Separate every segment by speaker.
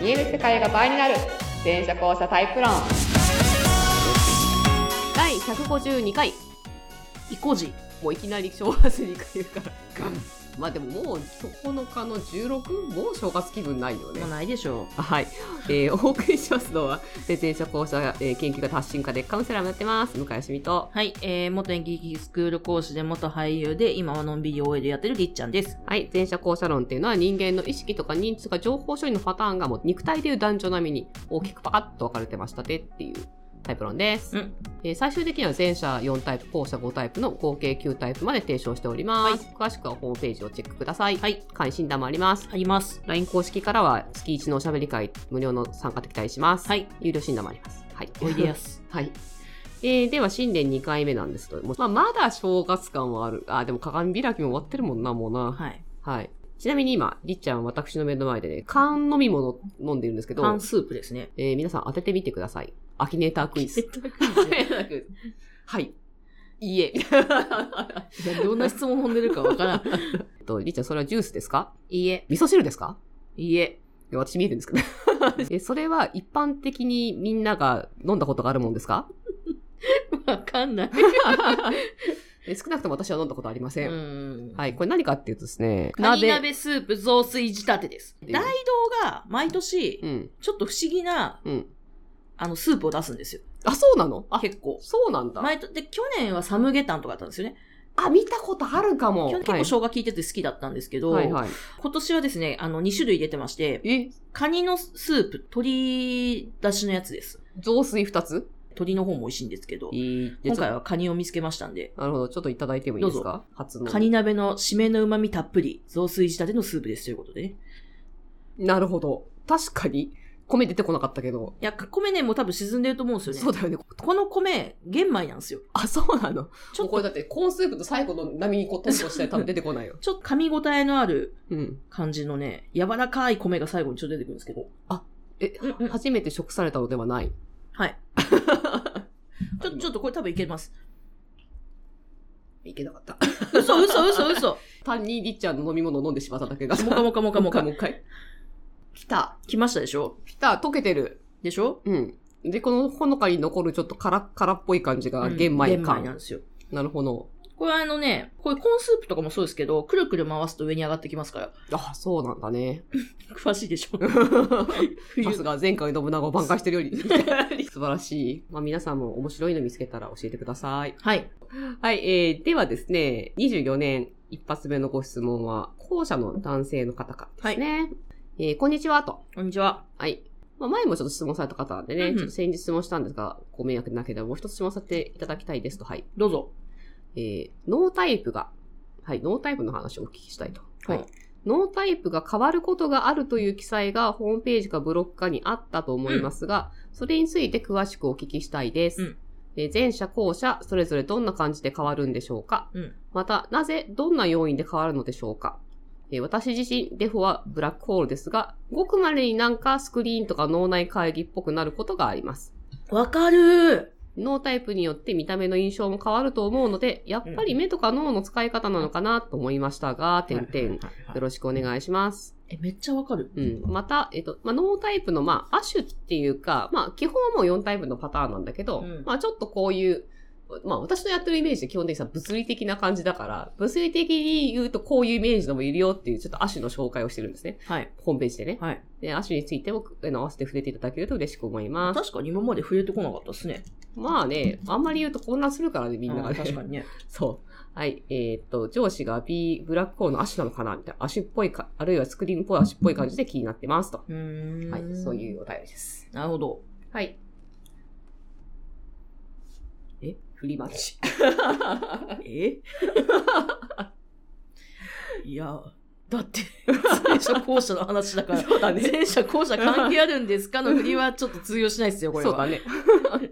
Speaker 1: 見える世界が倍になる全車交差タイプ論第152回イコジもういきなり正月に言うからガンまあでももう9日の16もう正月気分ないよね
Speaker 2: もうないでしょ
Speaker 1: はい、えー、お送りしますのはえー前者後者、えー研究家達進家でカウンセラーもやってます向井しみと
Speaker 2: はい、えー、元演劇スクール講師で元俳優で、今はのんびり OL でやってるりっちゃんです。
Speaker 1: はい前者後者論っていうのは人間の意識とか認知とか情報処理のパターンがもう肉体でいう男女並みに大きくパカッと分かれてましたねっていうタイプ論です、
Speaker 2: うん
Speaker 1: えー最終的には前者4タイプ後者5タイプの合計9タイプまで提唱しております、詳しくはホームページをチェックください
Speaker 2: はい、
Speaker 1: 会員診断もあります
Speaker 2: あります。
Speaker 1: LINE 公式からは月1のおしゃべり会無料の参加で期待します、
Speaker 2: はい、
Speaker 1: 有料診断もありますはい
Speaker 2: おいでやす。
Speaker 1: はい。えーでは、新年2回目なんですけども、まあ、まだ正月感はある。あー、でも鏡開きも終わってるもんな、もうな。
Speaker 2: はい。
Speaker 1: はい。ちなみに今、りっちゃんは私の目の前でね、缶飲み物飲んでるんですけど
Speaker 2: 缶、スープですね。
Speaker 1: えー皆さん当ててみてください。アキネータークイズ。
Speaker 2: 絶 対
Speaker 1: アキネータークイズはい。いいえ。
Speaker 2: いや、 どんな質問飛んでるか わからん。
Speaker 1: えっと、りっちゃん、それはジュースですか
Speaker 2: いいえ、
Speaker 1: 味噌汁ですか
Speaker 2: いいえ。
Speaker 1: いや私見えるんです けど。え、それは一般的にみんなが飲んだことがあるもんですか
Speaker 2: わかんない。
Speaker 1: え少なくとも私は飲んだことありません。
Speaker 2: うん。
Speaker 1: はい。これ何かっていうとですね、
Speaker 2: カニ鍋スープ雑炊仕立てです。
Speaker 1: うん
Speaker 2: 大道が毎年
Speaker 1: う、ん。
Speaker 2: ちょっと不思議な、
Speaker 1: うん。
Speaker 2: あの、スープを出すんですよ。
Speaker 1: あ、そうなのあ、
Speaker 2: 結構。
Speaker 1: そうなんだ。
Speaker 2: 前と、で、去年はサムゲタンとかだったんですよね。
Speaker 1: あ、見たことあるかも。
Speaker 2: 去年結構生姜効いてて好きだったんですけど、
Speaker 1: はい、はい、は
Speaker 2: 今年はですね、あの、2種類入れてまして、
Speaker 1: い。え、
Speaker 2: カニのスープ、鶏だしのやつです。
Speaker 1: 雑炊二つ
Speaker 2: 鶏の方も美味しいんですけど、
Speaker 1: いい。
Speaker 2: 今
Speaker 1: 今回
Speaker 2: 回
Speaker 1: は。
Speaker 2: はカニを見つけましたんで、
Speaker 1: なるほど。ちょっといただいてもいいですか初の。
Speaker 2: カニ鍋の締めの旨味たっぷり、雑炊仕立てのスープですということでね。
Speaker 1: なるほど。確かに、米出てこなかったけど。
Speaker 2: いや、米ね、もう多分沈んでると思うんですよね。
Speaker 1: そうだよね。
Speaker 2: この米、玄米なんですよ。
Speaker 1: あ、そうなの。
Speaker 2: ちょっ
Speaker 1: これ
Speaker 2: と、
Speaker 1: だって、コーンスープと最後の波にこっとんと したら多分出てこないよ。
Speaker 2: ちょっと噛み応えのある
Speaker 1: うん。
Speaker 2: 感じのね、柔らかい米が最後にちょっと出てくるんですけど。
Speaker 1: え、
Speaker 2: うんうん
Speaker 1: 初めて食されたのではない。
Speaker 2: はい。ちょ、ちょっとこれ多分いけます。
Speaker 1: いけなかった。
Speaker 2: 嘘嘘嘘嘘。
Speaker 1: 単にりっちゃんの飲み物を飲んでしまっただ けだ。
Speaker 2: もかもかもかもか
Speaker 1: も。う一回。来た。
Speaker 2: 来ましたでしょ
Speaker 1: 来た。溶けてる。
Speaker 2: でしょ
Speaker 1: うん。で、このほのかに残るちょっとカラッカラっぽい感じが
Speaker 2: うん
Speaker 1: 玄米
Speaker 2: 玄
Speaker 1: 感。
Speaker 2: 米なんですよ。
Speaker 1: なるほど。
Speaker 2: これあのね、これコーンスープとかもそうですけど、くるくる回すと上に上がってきますから。
Speaker 1: あ、そうなんだね。
Speaker 2: 詳しいでしょ
Speaker 1: さす
Speaker 2: 冬。
Speaker 1: が前回の信長を挽回してるよ り素晴らしい。まあ皆さんも面白いの見つけたら教えてください。
Speaker 2: はい。
Speaker 1: はい、えー、ではですね、24年一発目のご質問は、後者の男性の方からですね。えーこんにちはと。
Speaker 2: こんにちは。
Speaker 1: はい。まあ、前もちょっと質問された方なんでね、
Speaker 2: うんうん
Speaker 1: ちょっと先日質問したんですが、ご迷惑なければもう一つ質問させていただきたいですと。はい。
Speaker 2: どうぞ。
Speaker 1: えーノータイプが、はい、ノータイプの話をお聞きしたいと。
Speaker 2: はい
Speaker 1: はいノータイプが変わることがあるという記載がホームページかブロックかにあったと思いますが、それについて詳しくお聞きしたいです。
Speaker 2: うん
Speaker 1: えー前者後者、それぞれどんな感じで変わるんでしょうか、
Speaker 2: うん
Speaker 1: また、なぜ、どんな要因で変わるのでしょうかえー私自身、デフォはブラックホールですが、ごくまでになんかスクリーンとか脳内会議っぽくなることがあります。
Speaker 2: わかるー。
Speaker 1: 脳タイプによって見た目の印象も変わると思うので、やっぱり目とか脳の使い方なのかなと思いましたが、点々。
Speaker 2: はいはいはい
Speaker 1: よろしくお願いします。
Speaker 2: え、めっちゃわかる。
Speaker 1: うん。また、えっと、まあ、脳タイプの、まあ、亜種っていうか、まあ、基本はもう4タイプのパターンなんだけど、
Speaker 2: うん
Speaker 1: まあ、ちょっとこういう、まあ、私のやってるイメージで基本的にさ、物理的な感じだから、物理的に言うとこういうイメージのもいるよっていう、ちょっと亜種の紹介をしてるんですね。
Speaker 2: はい。
Speaker 1: ホームページでね。
Speaker 2: はい。
Speaker 1: で、亜種についても、あの合わせて触れていただけると嬉しく思います。
Speaker 2: 確かに今まで触れてこなかったですね。
Speaker 1: まあね、あんまり言うと混乱するからね、みんなが
Speaker 2: あ
Speaker 1: ね。
Speaker 2: ー確かにね。
Speaker 1: そう。はい。えーっと、上司が B、ブラックホールの足なのかなみたいな。足っぽいか、あるいはスクリーンっぽい足っぽい感じで気になってます。と。
Speaker 2: うーん。
Speaker 1: はい。そう
Speaker 2: う。
Speaker 1: いうお便りです。
Speaker 2: なるほど。
Speaker 1: はい。えフリマッ チ。
Speaker 2: えいや、だって、前者後者の話だから、
Speaker 1: そうだね。
Speaker 2: 前者後者関係あるんですかの振りはちょっと通用しないですよ、これ
Speaker 1: そ
Speaker 2: は。
Speaker 1: うだね。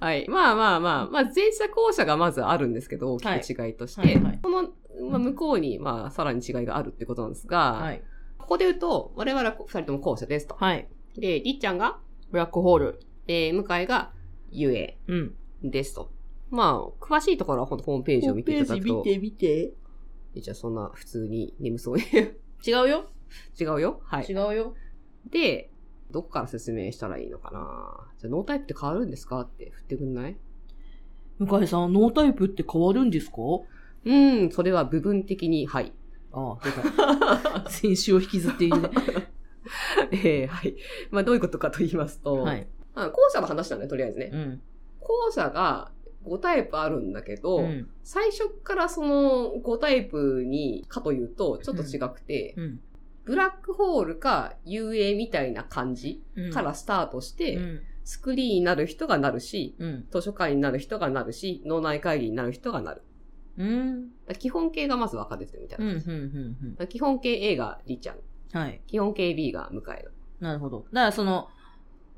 Speaker 1: はい。まあまあまあ、まあ、前者後者がまずあるんですけど、大きく違いとして。
Speaker 2: はいはい
Speaker 1: この、まあ、向こうに、まあ、さらに違いがあるってことなんですが、
Speaker 2: はい。
Speaker 1: ここで言うと、我々は二人とも後者ですと。
Speaker 2: はい。
Speaker 1: で、りっちゃんが、
Speaker 2: ブラックホール。
Speaker 1: えー、向井が、ゆえ。
Speaker 2: うん。
Speaker 1: ですと。まあ、詳しいところはほんとホームページを見ていただくと。
Speaker 2: 見て。
Speaker 1: じゃあそんな普通に眠そうに。
Speaker 2: 違うよ。
Speaker 1: 違うよ。はい。
Speaker 2: 違うよ。
Speaker 1: で、どっから説明したらいいのかなじゃあ、ノータイプって変わるんですかって振ってくんない
Speaker 2: 向井さん、ノータイプって変わるんですか
Speaker 1: うん、それは部分的に、はい。
Speaker 2: ああ、出た。先週を引きずっている ね。
Speaker 1: えー、はい。まあ、どういうことかと言いますと、
Speaker 2: はい。
Speaker 1: まあ、後者の話なんだよ、とりあえずね。
Speaker 2: うん。
Speaker 1: 後者が5タイプあるんだけど、
Speaker 2: うん。
Speaker 1: 最初からその5タイプにかというと、ちょっと違くて、
Speaker 2: うん。
Speaker 1: ブラックホールか遊泳みたいな感じ
Speaker 2: うん
Speaker 1: からスタートして、
Speaker 2: うん。
Speaker 1: スクリーンになる人がなるし、
Speaker 2: うん。
Speaker 1: 図書館になる人がなるし、脳内会議になる人がなる。
Speaker 2: う
Speaker 1: だ
Speaker 2: ん。
Speaker 1: から基本形がまず分かれてるみたい
Speaker 2: うん。う
Speaker 1: な。
Speaker 2: ん。
Speaker 1: だか
Speaker 2: うん。
Speaker 1: ら基本形 A がりちゃん。
Speaker 2: うん。はい。
Speaker 1: 基本形 B が向かえる。
Speaker 2: なるほど。だからその、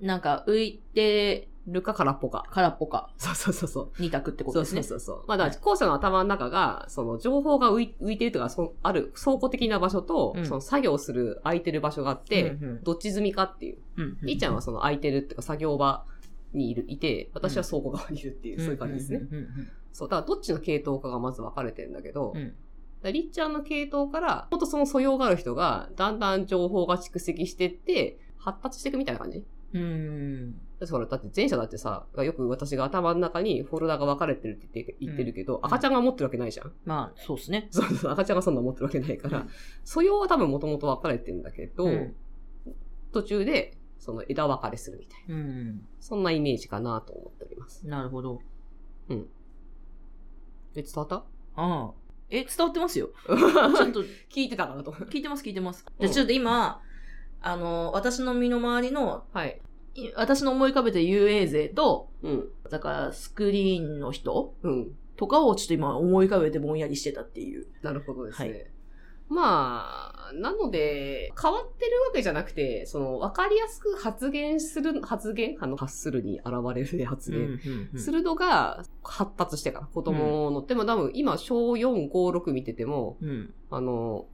Speaker 2: なんか浮いて
Speaker 1: ルカ空っぽか。
Speaker 2: 空っぽか、
Speaker 1: そうそうそうそう。
Speaker 2: 二択ってこ
Speaker 1: そ
Speaker 2: と
Speaker 1: う
Speaker 2: です
Speaker 1: そう
Speaker 2: ね。
Speaker 1: そううそう。まあ、だから、後者の頭の中が、その、情報が浮い浮いてるとか、そのある倉庫的な場所と、
Speaker 2: うん
Speaker 1: その、作業する空いてる場所があって、
Speaker 2: んうん
Speaker 1: どっち済みかっていう。
Speaker 2: うんうん
Speaker 1: り、ーちゃんはその空いてるっていうか、作業場にいる、いて、私は倉庫側にいるっていう、そういう感じですね。。
Speaker 2: うんうん
Speaker 1: そう、だから、どっちの系統かがまず分かれてんだけど、
Speaker 2: うんう
Speaker 1: だか
Speaker 2: ん
Speaker 1: らりっちゃんの系統から、もっとその素養がある人が、だんだん情報が蓄積してって、発達していくみたいな感じ
Speaker 2: うん。うん。
Speaker 1: だってほら、だって前者だってさ、よく私が頭の中にフォルダが分かれてるって言って言ってるけど、
Speaker 2: ん
Speaker 1: 赤ちゃんが持ってるわけないじゃん。
Speaker 2: まあ、そうですね。
Speaker 1: そうそう、赤ちゃんがそんな持ってるわけないから、素養は多分もともと分かれてるんだけど、
Speaker 2: うん
Speaker 1: 途中で、その枝分かれするみたいな。
Speaker 2: うん。
Speaker 1: そんなイメージかなと思っております。
Speaker 2: なるほど。
Speaker 1: え、伝わった
Speaker 2: ああ。え、伝わってますよ。ちょっと、
Speaker 1: 聞いてたかなと思う。
Speaker 2: 聞いてます、聞いてます。
Speaker 1: うん
Speaker 2: で、ちょっと今、あの、私の身の回りの、
Speaker 1: はい。
Speaker 2: い私の思い浮かべてる遊泳勢と、
Speaker 1: うん。
Speaker 2: だからスクリーンの人
Speaker 1: うん。
Speaker 2: とかをちょっと今思い浮かべてぼんやりしてたっていう。
Speaker 1: なるほどですね。
Speaker 2: は
Speaker 1: まあ、なので、変わってるわけじゃなくて、その、わかりやすく発言する、発言あの、発するに現れる発言。す
Speaker 2: る。
Speaker 1: るのが発達してから、子供の。でも多分今、小4、5、6見てても、
Speaker 2: うん。
Speaker 1: あの、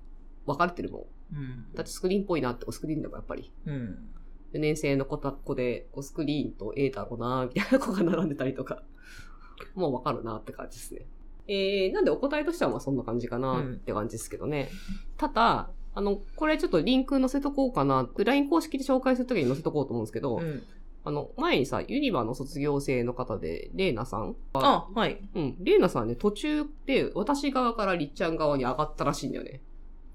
Speaker 1: 分かれてるもん。
Speaker 2: うん。
Speaker 1: だってスクリーンっぽいなって、スクリーンでもやっぱり。
Speaker 2: うん。
Speaker 1: 4年生の子たっ子で、こうスクリーンと A だろうな、みたいな子が並んでたりとか。 もうわかるなって感じですね。えー、なんでお答えとしてはまあそんな感じかなって感じですけどね。ただ、あの、これちょっとリンク載せとこうかな。LINE 公式で紹介するときに載せとこうと思うんですけど、
Speaker 2: うん
Speaker 1: あの、前にさ、ユニバの卒業生の方で、レイナさん
Speaker 2: あ、はい。
Speaker 1: うん。レイナさんね、途中で私側からりっちゃん側に上がったらしいんだよね。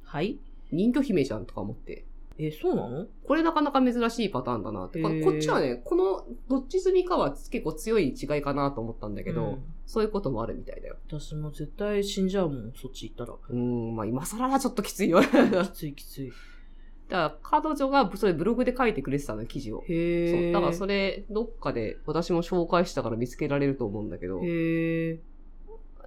Speaker 2: はい
Speaker 1: 人魚姫じゃんとか思って。
Speaker 2: え、そうなの
Speaker 1: これなかなか珍しいパターンだなって。
Speaker 2: へー
Speaker 1: こっちはね、このどっち済みかは結構強い違いかなと思ったんだけど、
Speaker 2: うん
Speaker 1: そういうこともあるみたいだよ。
Speaker 2: 私も絶対死んじゃうもん、そっち行 った
Speaker 1: うーん、まあ今更はちょっときつい よ。だか
Speaker 2: ら。きついきつい。
Speaker 1: ら彼女がそれブログで書いてくれてたのよ、記事を。そ
Speaker 2: へ
Speaker 1: う
Speaker 2: え。
Speaker 1: だからそ
Speaker 2: れ。
Speaker 1: れ、どっかで私も紹介したから見つけられると思うんだけど、
Speaker 2: へえ。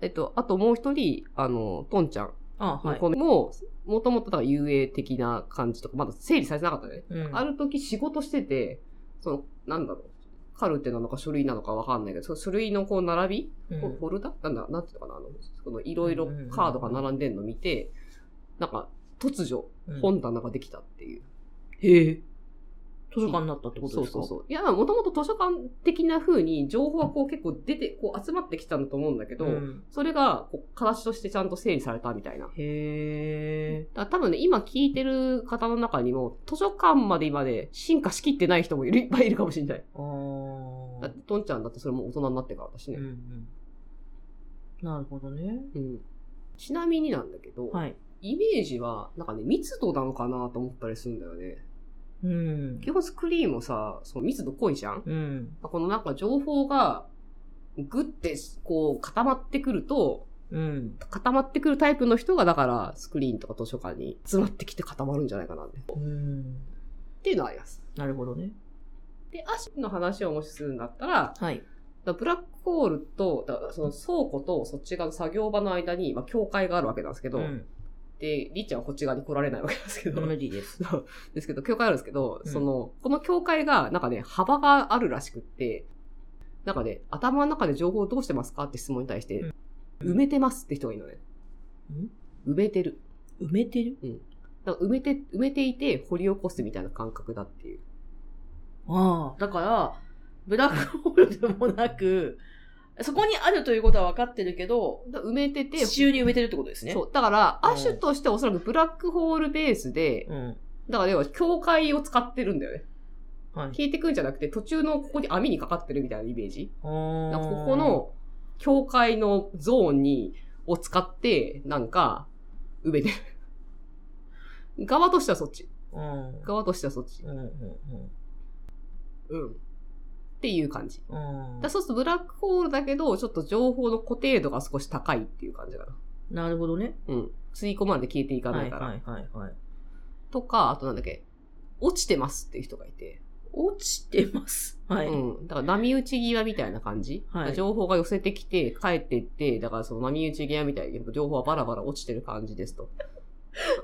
Speaker 1: えっと、あともう一人、あの、トンちゃん。
Speaker 2: あ、はい。
Speaker 1: このもう、もともとだから遊泳的な感じとか、まだ整理されてなかったね。
Speaker 2: うん
Speaker 1: ある時仕事してて、その、なんだろう、カルテなのか書類なのかわかんないけど、その書類のこう並び、
Speaker 2: うん
Speaker 1: フォフォルダなんだ、なんていうのかな、あの、このいろいろカードが並んでんの見て、なんか、突如、
Speaker 2: うん
Speaker 1: 本棚ができたっていう。
Speaker 2: へえ。図書館になったってこと
Speaker 1: そ
Speaker 2: で
Speaker 1: う
Speaker 2: すか
Speaker 1: そうそう。いや、もともと図書館的な風に情報はこう結構出て、こう集まってきたんだと思うんだけど、
Speaker 2: うん
Speaker 1: それが、こう、形としてちゃんと整理されたみたいな。
Speaker 2: へえ。
Speaker 1: だから多分ね、今聞いてる方の中にも、図書館まで今ね、進化しきってない人もいるいっぱいいるかもしれない。
Speaker 2: あー
Speaker 1: だって、トンちゃんだってそれもう大人になってからだしね。
Speaker 2: う
Speaker 1: うん
Speaker 2: んうん。なるほどね。
Speaker 1: ちなみになんだけど、
Speaker 2: はい。
Speaker 1: イメージは、なんかね、密度なのかなと思ったりするんだよね。
Speaker 2: うん。
Speaker 1: 基本スクリーンもさ、その密度濃いじゃん
Speaker 2: うん。
Speaker 1: このなんか情報が、グッて、こう、固まってくると、
Speaker 2: うん。
Speaker 1: 固まってくるタイプの人が、だから、スクリーンとか図書館に詰まってきて固まるんじゃないかなって。っ
Speaker 2: うん。
Speaker 1: ていうのはあります。
Speaker 2: なるほどね。
Speaker 1: で、足の話をもしするんだったら、
Speaker 2: はい。
Speaker 1: だブラックホールと、だその倉庫とそっち側の作業場の間に、まあ、境界があるわけなんですけど、
Speaker 2: うん
Speaker 1: で、りっちゃんはこっち側に来られないわけですけど、
Speaker 2: 無理です。
Speaker 1: そうですけど、境界あるんですけど、
Speaker 2: うん
Speaker 1: その、この境界が、なんかね、幅があるらしくって、なんかね、頭の中で情報をどうしてますかって質問に対して、
Speaker 2: うん
Speaker 1: 埋めてますって人がいるのね。埋めてる。
Speaker 2: 埋めてる
Speaker 1: だから埋めて、埋めていて掘り起こすみたいな感覚だっていう。
Speaker 2: ああ。だから、ブラックホールでもなく、そこにあるということは分かってるけど、
Speaker 1: だから埋めてて、
Speaker 2: 地中に埋めてるってことですね。
Speaker 1: そう。だから、
Speaker 2: うん
Speaker 1: 亜種としておそらくブラックホールベースで、
Speaker 2: うん。
Speaker 1: だから要は境界を使ってるんだよね。
Speaker 2: はい。
Speaker 1: 消えてくんじゃなくて、途中のここに網にかかってるみたいなイメージ。
Speaker 2: な
Speaker 1: なんかここ、の境界のゾーンに、を使って、なんか、埋めてる。 側としてはそっち。
Speaker 2: うん。
Speaker 1: 側としてはそっち
Speaker 2: う。んうん
Speaker 1: うん。っていう感じ。
Speaker 2: うん。うん
Speaker 1: だそうするとブラックホールだけど、ちょっと情報の固定度が少し高いっていう感じかな。
Speaker 2: なるほどね。
Speaker 1: うん。吸い込まれて消えていか
Speaker 2: は
Speaker 1: ない
Speaker 2: い
Speaker 1: から。
Speaker 2: はいはいはい。
Speaker 1: とか、あとなんだっけ、落ちてますっていう人がいて。
Speaker 2: 落ちて ます。はい。
Speaker 1: うん。だから波打ち際みたいな感じ。
Speaker 2: はい
Speaker 1: 情報が寄せてきて、帰っていって、だからその波打ち際みたいに情報はバラバラ落ちてる感じですと。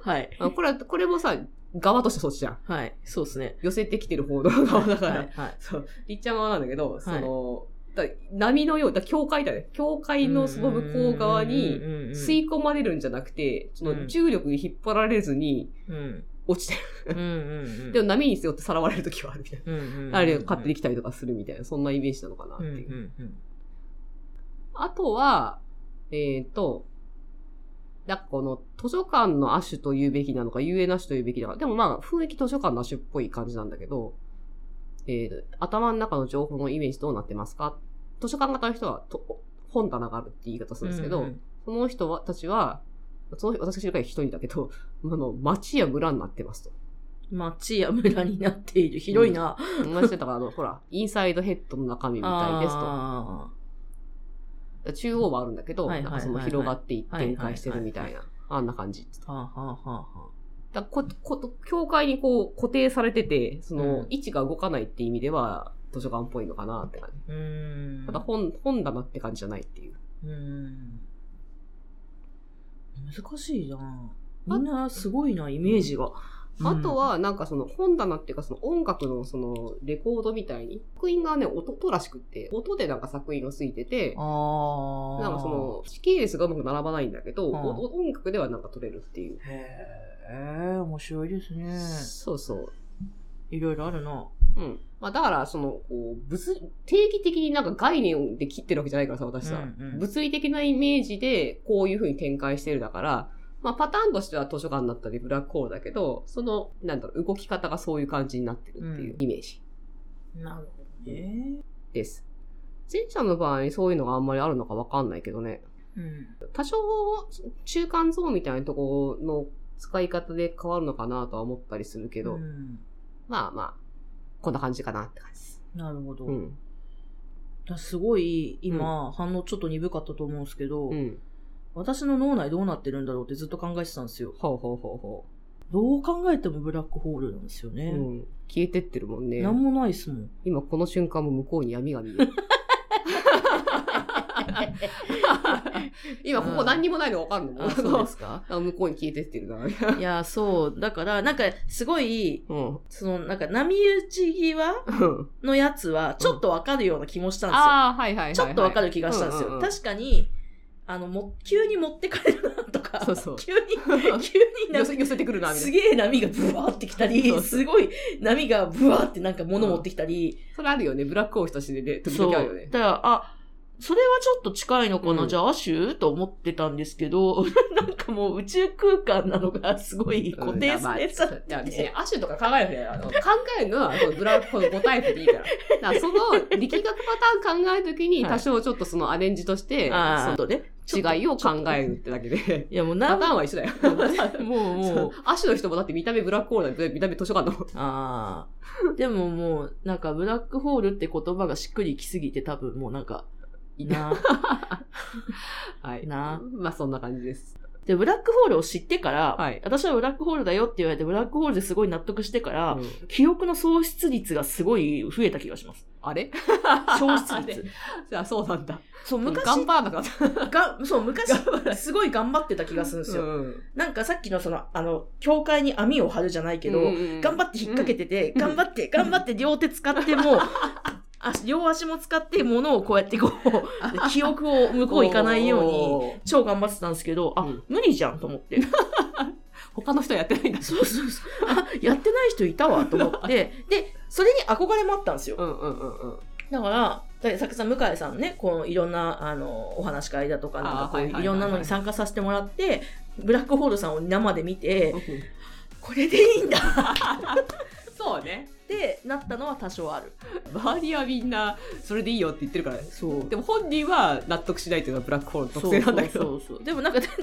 Speaker 2: はい。
Speaker 1: あこれは、これもさ、側としてそっちじゃん。
Speaker 2: はい。そうですね。
Speaker 1: 寄せてきてる方の側だから。
Speaker 2: はいはい。
Speaker 1: そう、りっちゃん側なんだけど、その、だ波のよう、だ境界だね。境界のその向こう側に、吸
Speaker 2: 水、
Speaker 1: い込まれるんじゃなくて、そうの
Speaker 2: ん
Speaker 1: 重力に引っ張られずに
Speaker 2: うん
Speaker 1: 落ちて
Speaker 2: うんうん。
Speaker 1: る。でも波に背負ってさらわれる時はあるみたいな。
Speaker 2: うんうんうんうん、
Speaker 1: あれが買ってきたりとかするみたいな、そんなイメージなのかなって
Speaker 2: うんう
Speaker 1: いう。
Speaker 2: んうん
Speaker 1: あとは、えっ、と、だからこの図書館の亜種と言うべきなのか、遊園の亜種と言うべきなのか、でもまあ、雰囲気図書館の亜種っぽい感じなんだけど、えー頭の中の情報のイメージどうなってますか図書館型の人はと本棚があるって言い方するんですけど、
Speaker 2: うんうん
Speaker 1: その人はたちは、その人私が知る限り一人だけど、 あの、町や村になってますと。
Speaker 2: 町や村になっている。広いな。
Speaker 1: 同じだから、あの、ほら、インサイドヘッドの中身みたいですと。
Speaker 2: あ
Speaker 1: 中央はあるんだけど、
Speaker 2: はい
Speaker 1: な
Speaker 2: はい
Speaker 1: ん
Speaker 2: はいは
Speaker 1: か
Speaker 2: い
Speaker 1: その広がっていって
Speaker 2: はいはい
Speaker 1: 展
Speaker 2: はいはい
Speaker 1: 開してるみたいな、あんな感じ。
Speaker 2: ーはあはあはあは
Speaker 1: だこ、こ、教会にこう固定されてて、その
Speaker 2: うん
Speaker 1: 位置が動かないって意味では図書館っぽいのかなって感じ。
Speaker 2: あ。うーん。
Speaker 1: ただ本、本棚って感じじゃないっていう。
Speaker 2: うーん。難しいなみんなすごいな、イメージが。
Speaker 1: あと、はなんかその本棚っていうかその音楽のそのレコードみたいに、作品がね、音とらしくって、音でなんか作品がついてて、
Speaker 2: ああ。
Speaker 1: なんかそ、の、時系列がうまく並ばないんだけど、
Speaker 2: うん
Speaker 1: おお音楽ではなんか取れるっていう。
Speaker 2: へえ、面白いですね。
Speaker 1: そうそう。
Speaker 2: いろいろあるな。
Speaker 1: うん。まあだから、その、こう、物、定義的になんか概念で切ってるわけじゃないからさ、私さ。
Speaker 2: うんうん
Speaker 1: 物理的なイメージで、こういう風に展開してるだから、まあパターンとしては図書館だったりブラックホールだけど、その、なんだろう、動き方がそういう感じになってるっていう
Speaker 2: う
Speaker 1: イメージ
Speaker 2: なるほどね。
Speaker 1: です。前者の場合、そういうのがあんまりあるのかわかんないけどね。
Speaker 2: うん。
Speaker 1: 多少、中間ゾーンみたいなところの使い方で変わるのかなとは思ったりするけど、
Speaker 2: うん
Speaker 1: まあまあ、こんな感じかなって感じです。
Speaker 2: なるほど。
Speaker 1: うん。
Speaker 2: だすごい今、反応ちょっと鈍かったと思うんですけど、
Speaker 1: うん。
Speaker 2: 私の脳内どうなってるんだろうってずっと考えてたんですよ。
Speaker 1: ほうほうほうほう。
Speaker 2: どう考えてもブラックホールなんですよね。
Speaker 1: うん、消えてってるもんね。
Speaker 2: なんもないっすもん。
Speaker 1: 今この瞬間も向こうに闇が見える。 今ここ何にもないの分かるの、
Speaker 2: あ、そうですか
Speaker 1: あ向こうに消えてってるな、みたいな。
Speaker 2: いや、そう。だから、なんか、すごい、
Speaker 1: うん。
Speaker 2: その、なんか、波打ち際のやつは、ちょっとわかるような気もしたんですよ。
Speaker 1: ああ、はいはいはいはい。
Speaker 2: ちょっとわかる気がしたんですよ。
Speaker 1: ううう
Speaker 2: 確かに、あの、も、急に持ってかれるなとか、
Speaker 1: そうそう
Speaker 2: 急に、急に
Speaker 1: 寄
Speaker 2: なんか
Speaker 1: せ寄せてくるな、みた
Speaker 2: す
Speaker 1: いな。
Speaker 2: げえ波がブワーってきた
Speaker 1: そうそ
Speaker 2: り、
Speaker 1: う
Speaker 2: すごい波がブワーってなんか物持ってきたり、
Speaker 1: それあるよね。ブラックホールとしてね、時
Speaker 2: そう。
Speaker 1: 々
Speaker 2: だ
Speaker 1: あるよね。
Speaker 2: から、あ、それはちょっと近いのかな、
Speaker 1: うん
Speaker 2: じゃあ、アシューと思ってたんですけど、 なんかもう宇宙空間なのがすごい固定されちゃっ
Speaker 1: うん
Speaker 2: て
Speaker 1: だからまあいや別
Speaker 2: て
Speaker 1: にアシュとか考えなくて、あの考えるのはこ のブラックホール5タイプでいいから。だからその力学パターン考えるときに、
Speaker 2: はい
Speaker 1: 多少ちょっとそのアレンジとして、
Speaker 2: あーそうね。
Speaker 1: その違いを考えるってだけで。
Speaker 2: いや、もう
Speaker 1: パ
Speaker 2: 何
Speaker 1: ターンは一緒だ よ。
Speaker 2: も、もうも
Speaker 1: そうう、。アシュの人もだって見た目ブラックホールなんて見た目図書館だもん。
Speaker 2: ああ。でももう、なんか、ブラックホールって言葉がしっくりきすぎて、多分もうなんか、いい な。
Speaker 1: はい。
Speaker 2: な
Speaker 1: まあそんな感じです。
Speaker 2: で、ブラックホールを知ってから、
Speaker 1: はい
Speaker 2: 私はブラックホールだよって言われて、ブラックホールですごい納得してから、
Speaker 1: うん
Speaker 2: 記憶の喪失率がすごい増えた気が します。
Speaker 1: あれ
Speaker 2: 消失率
Speaker 1: 率。。じゃあそうなんだ。
Speaker 2: そう、昔、
Speaker 1: 頑張らなかった。
Speaker 2: がそう、昔
Speaker 1: 頑張ら、
Speaker 2: すごい頑張ってた気がするんですよ。
Speaker 1: うん
Speaker 2: なんかさっきのその、あの、教会に網を張るじゃないけど、頑張って引っ掛けてて、
Speaker 1: ん
Speaker 2: 頑張って、頑張って両手使っても う、あ両足も使って物をこうやってこう、 記憶を向こう行かないように、
Speaker 1: に。
Speaker 2: 超頑張ってたんですけど、あ、
Speaker 1: うん
Speaker 2: 無理じゃんと 思って。
Speaker 1: 他の人やってないんだ。
Speaker 2: そうそうそう。あ、やってない人いたわと思 って、で、それに憧れもあったんですよ。
Speaker 1: うんうんうんうん。
Speaker 2: だから、ださくさん、向井さんね、こういろんなあのお話し会だとか、なんかこ
Speaker 1: あーは
Speaker 2: う
Speaker 1: いはいはいはい
Speaker 2: いろんなのに参加させてもらって、ブラックホールさんを生で見て、これでいいんだ
Speaker 1: そうね。
Speaker 2: てなったのは多少ある。
Speaker 1: 周りはみんな、それでいいよって言ってるから、
Speaker 2: そう
Speaker 1: でも本人は納得しないというのはブラックホールの
Speaker 2: そ
Speaker 1: 特
Speaker 2: う
Speaker 1: 性なんだけど。
Speaker 2: そうそうそうでもなんかだ だだ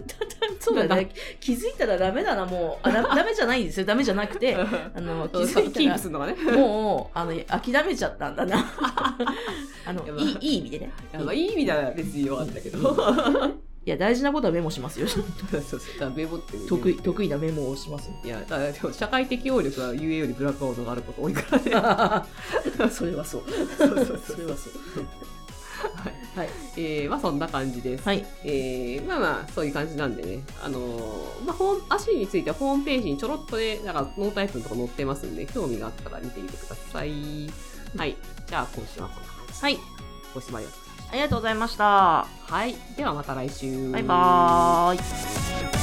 Speaker 2: そうだ
Speaker 1: なん
Speaker 2: ね気づいたらダメだなも うあだダメじゃないんですよダメじゃなくてあの気
Speaker 1: うん
Speaker 2: づ
Speaker 1: キ
Speaker 2: い
Speaker 1: ープ
Speaker 2: た
Speaker 1: する のがね。
Speaker 2: らもうあの諦めちゃったん だなあの
Speaker 1: いやまあ
Speaker 2: いいいい意味でね
Speaker 1: いやまあいい意味では別に弱かったけど。
Speaker 2: いや大事なことはメモしますよ
Speaker 1: そうそう。だからメモっていう
Speaker 2: 得意得意なメモをしますよ
Speaker 1: いや、だからでも社会的応力は UA よりブラックホールの方があること多いからね。
Speaker 2: それはそう
Speaker 1: そうそうそう
Speaker 2: そ れはそう
Speaker 1: はい
Speaker 2: はい、
Speaker 1: えー、まあそんな感じです。
Speaker 2: はい、
Speaker 1: えー、まあまあ、そういう感じなんでね。あのーまあ、ホーム足についてはホームページにちょろっとね、なんかノータイプのとこ載ってますんで、興味があったら見てみてください。はい。じゃあ、今週はこんな感じ。
Speaker 2: はい、
Speaker 1: ご視聴ありがとうございました。
Speaker 2: ありがとうございました
Speaker 1: はい。ではまた来週。
Speaker 2: バイバーイ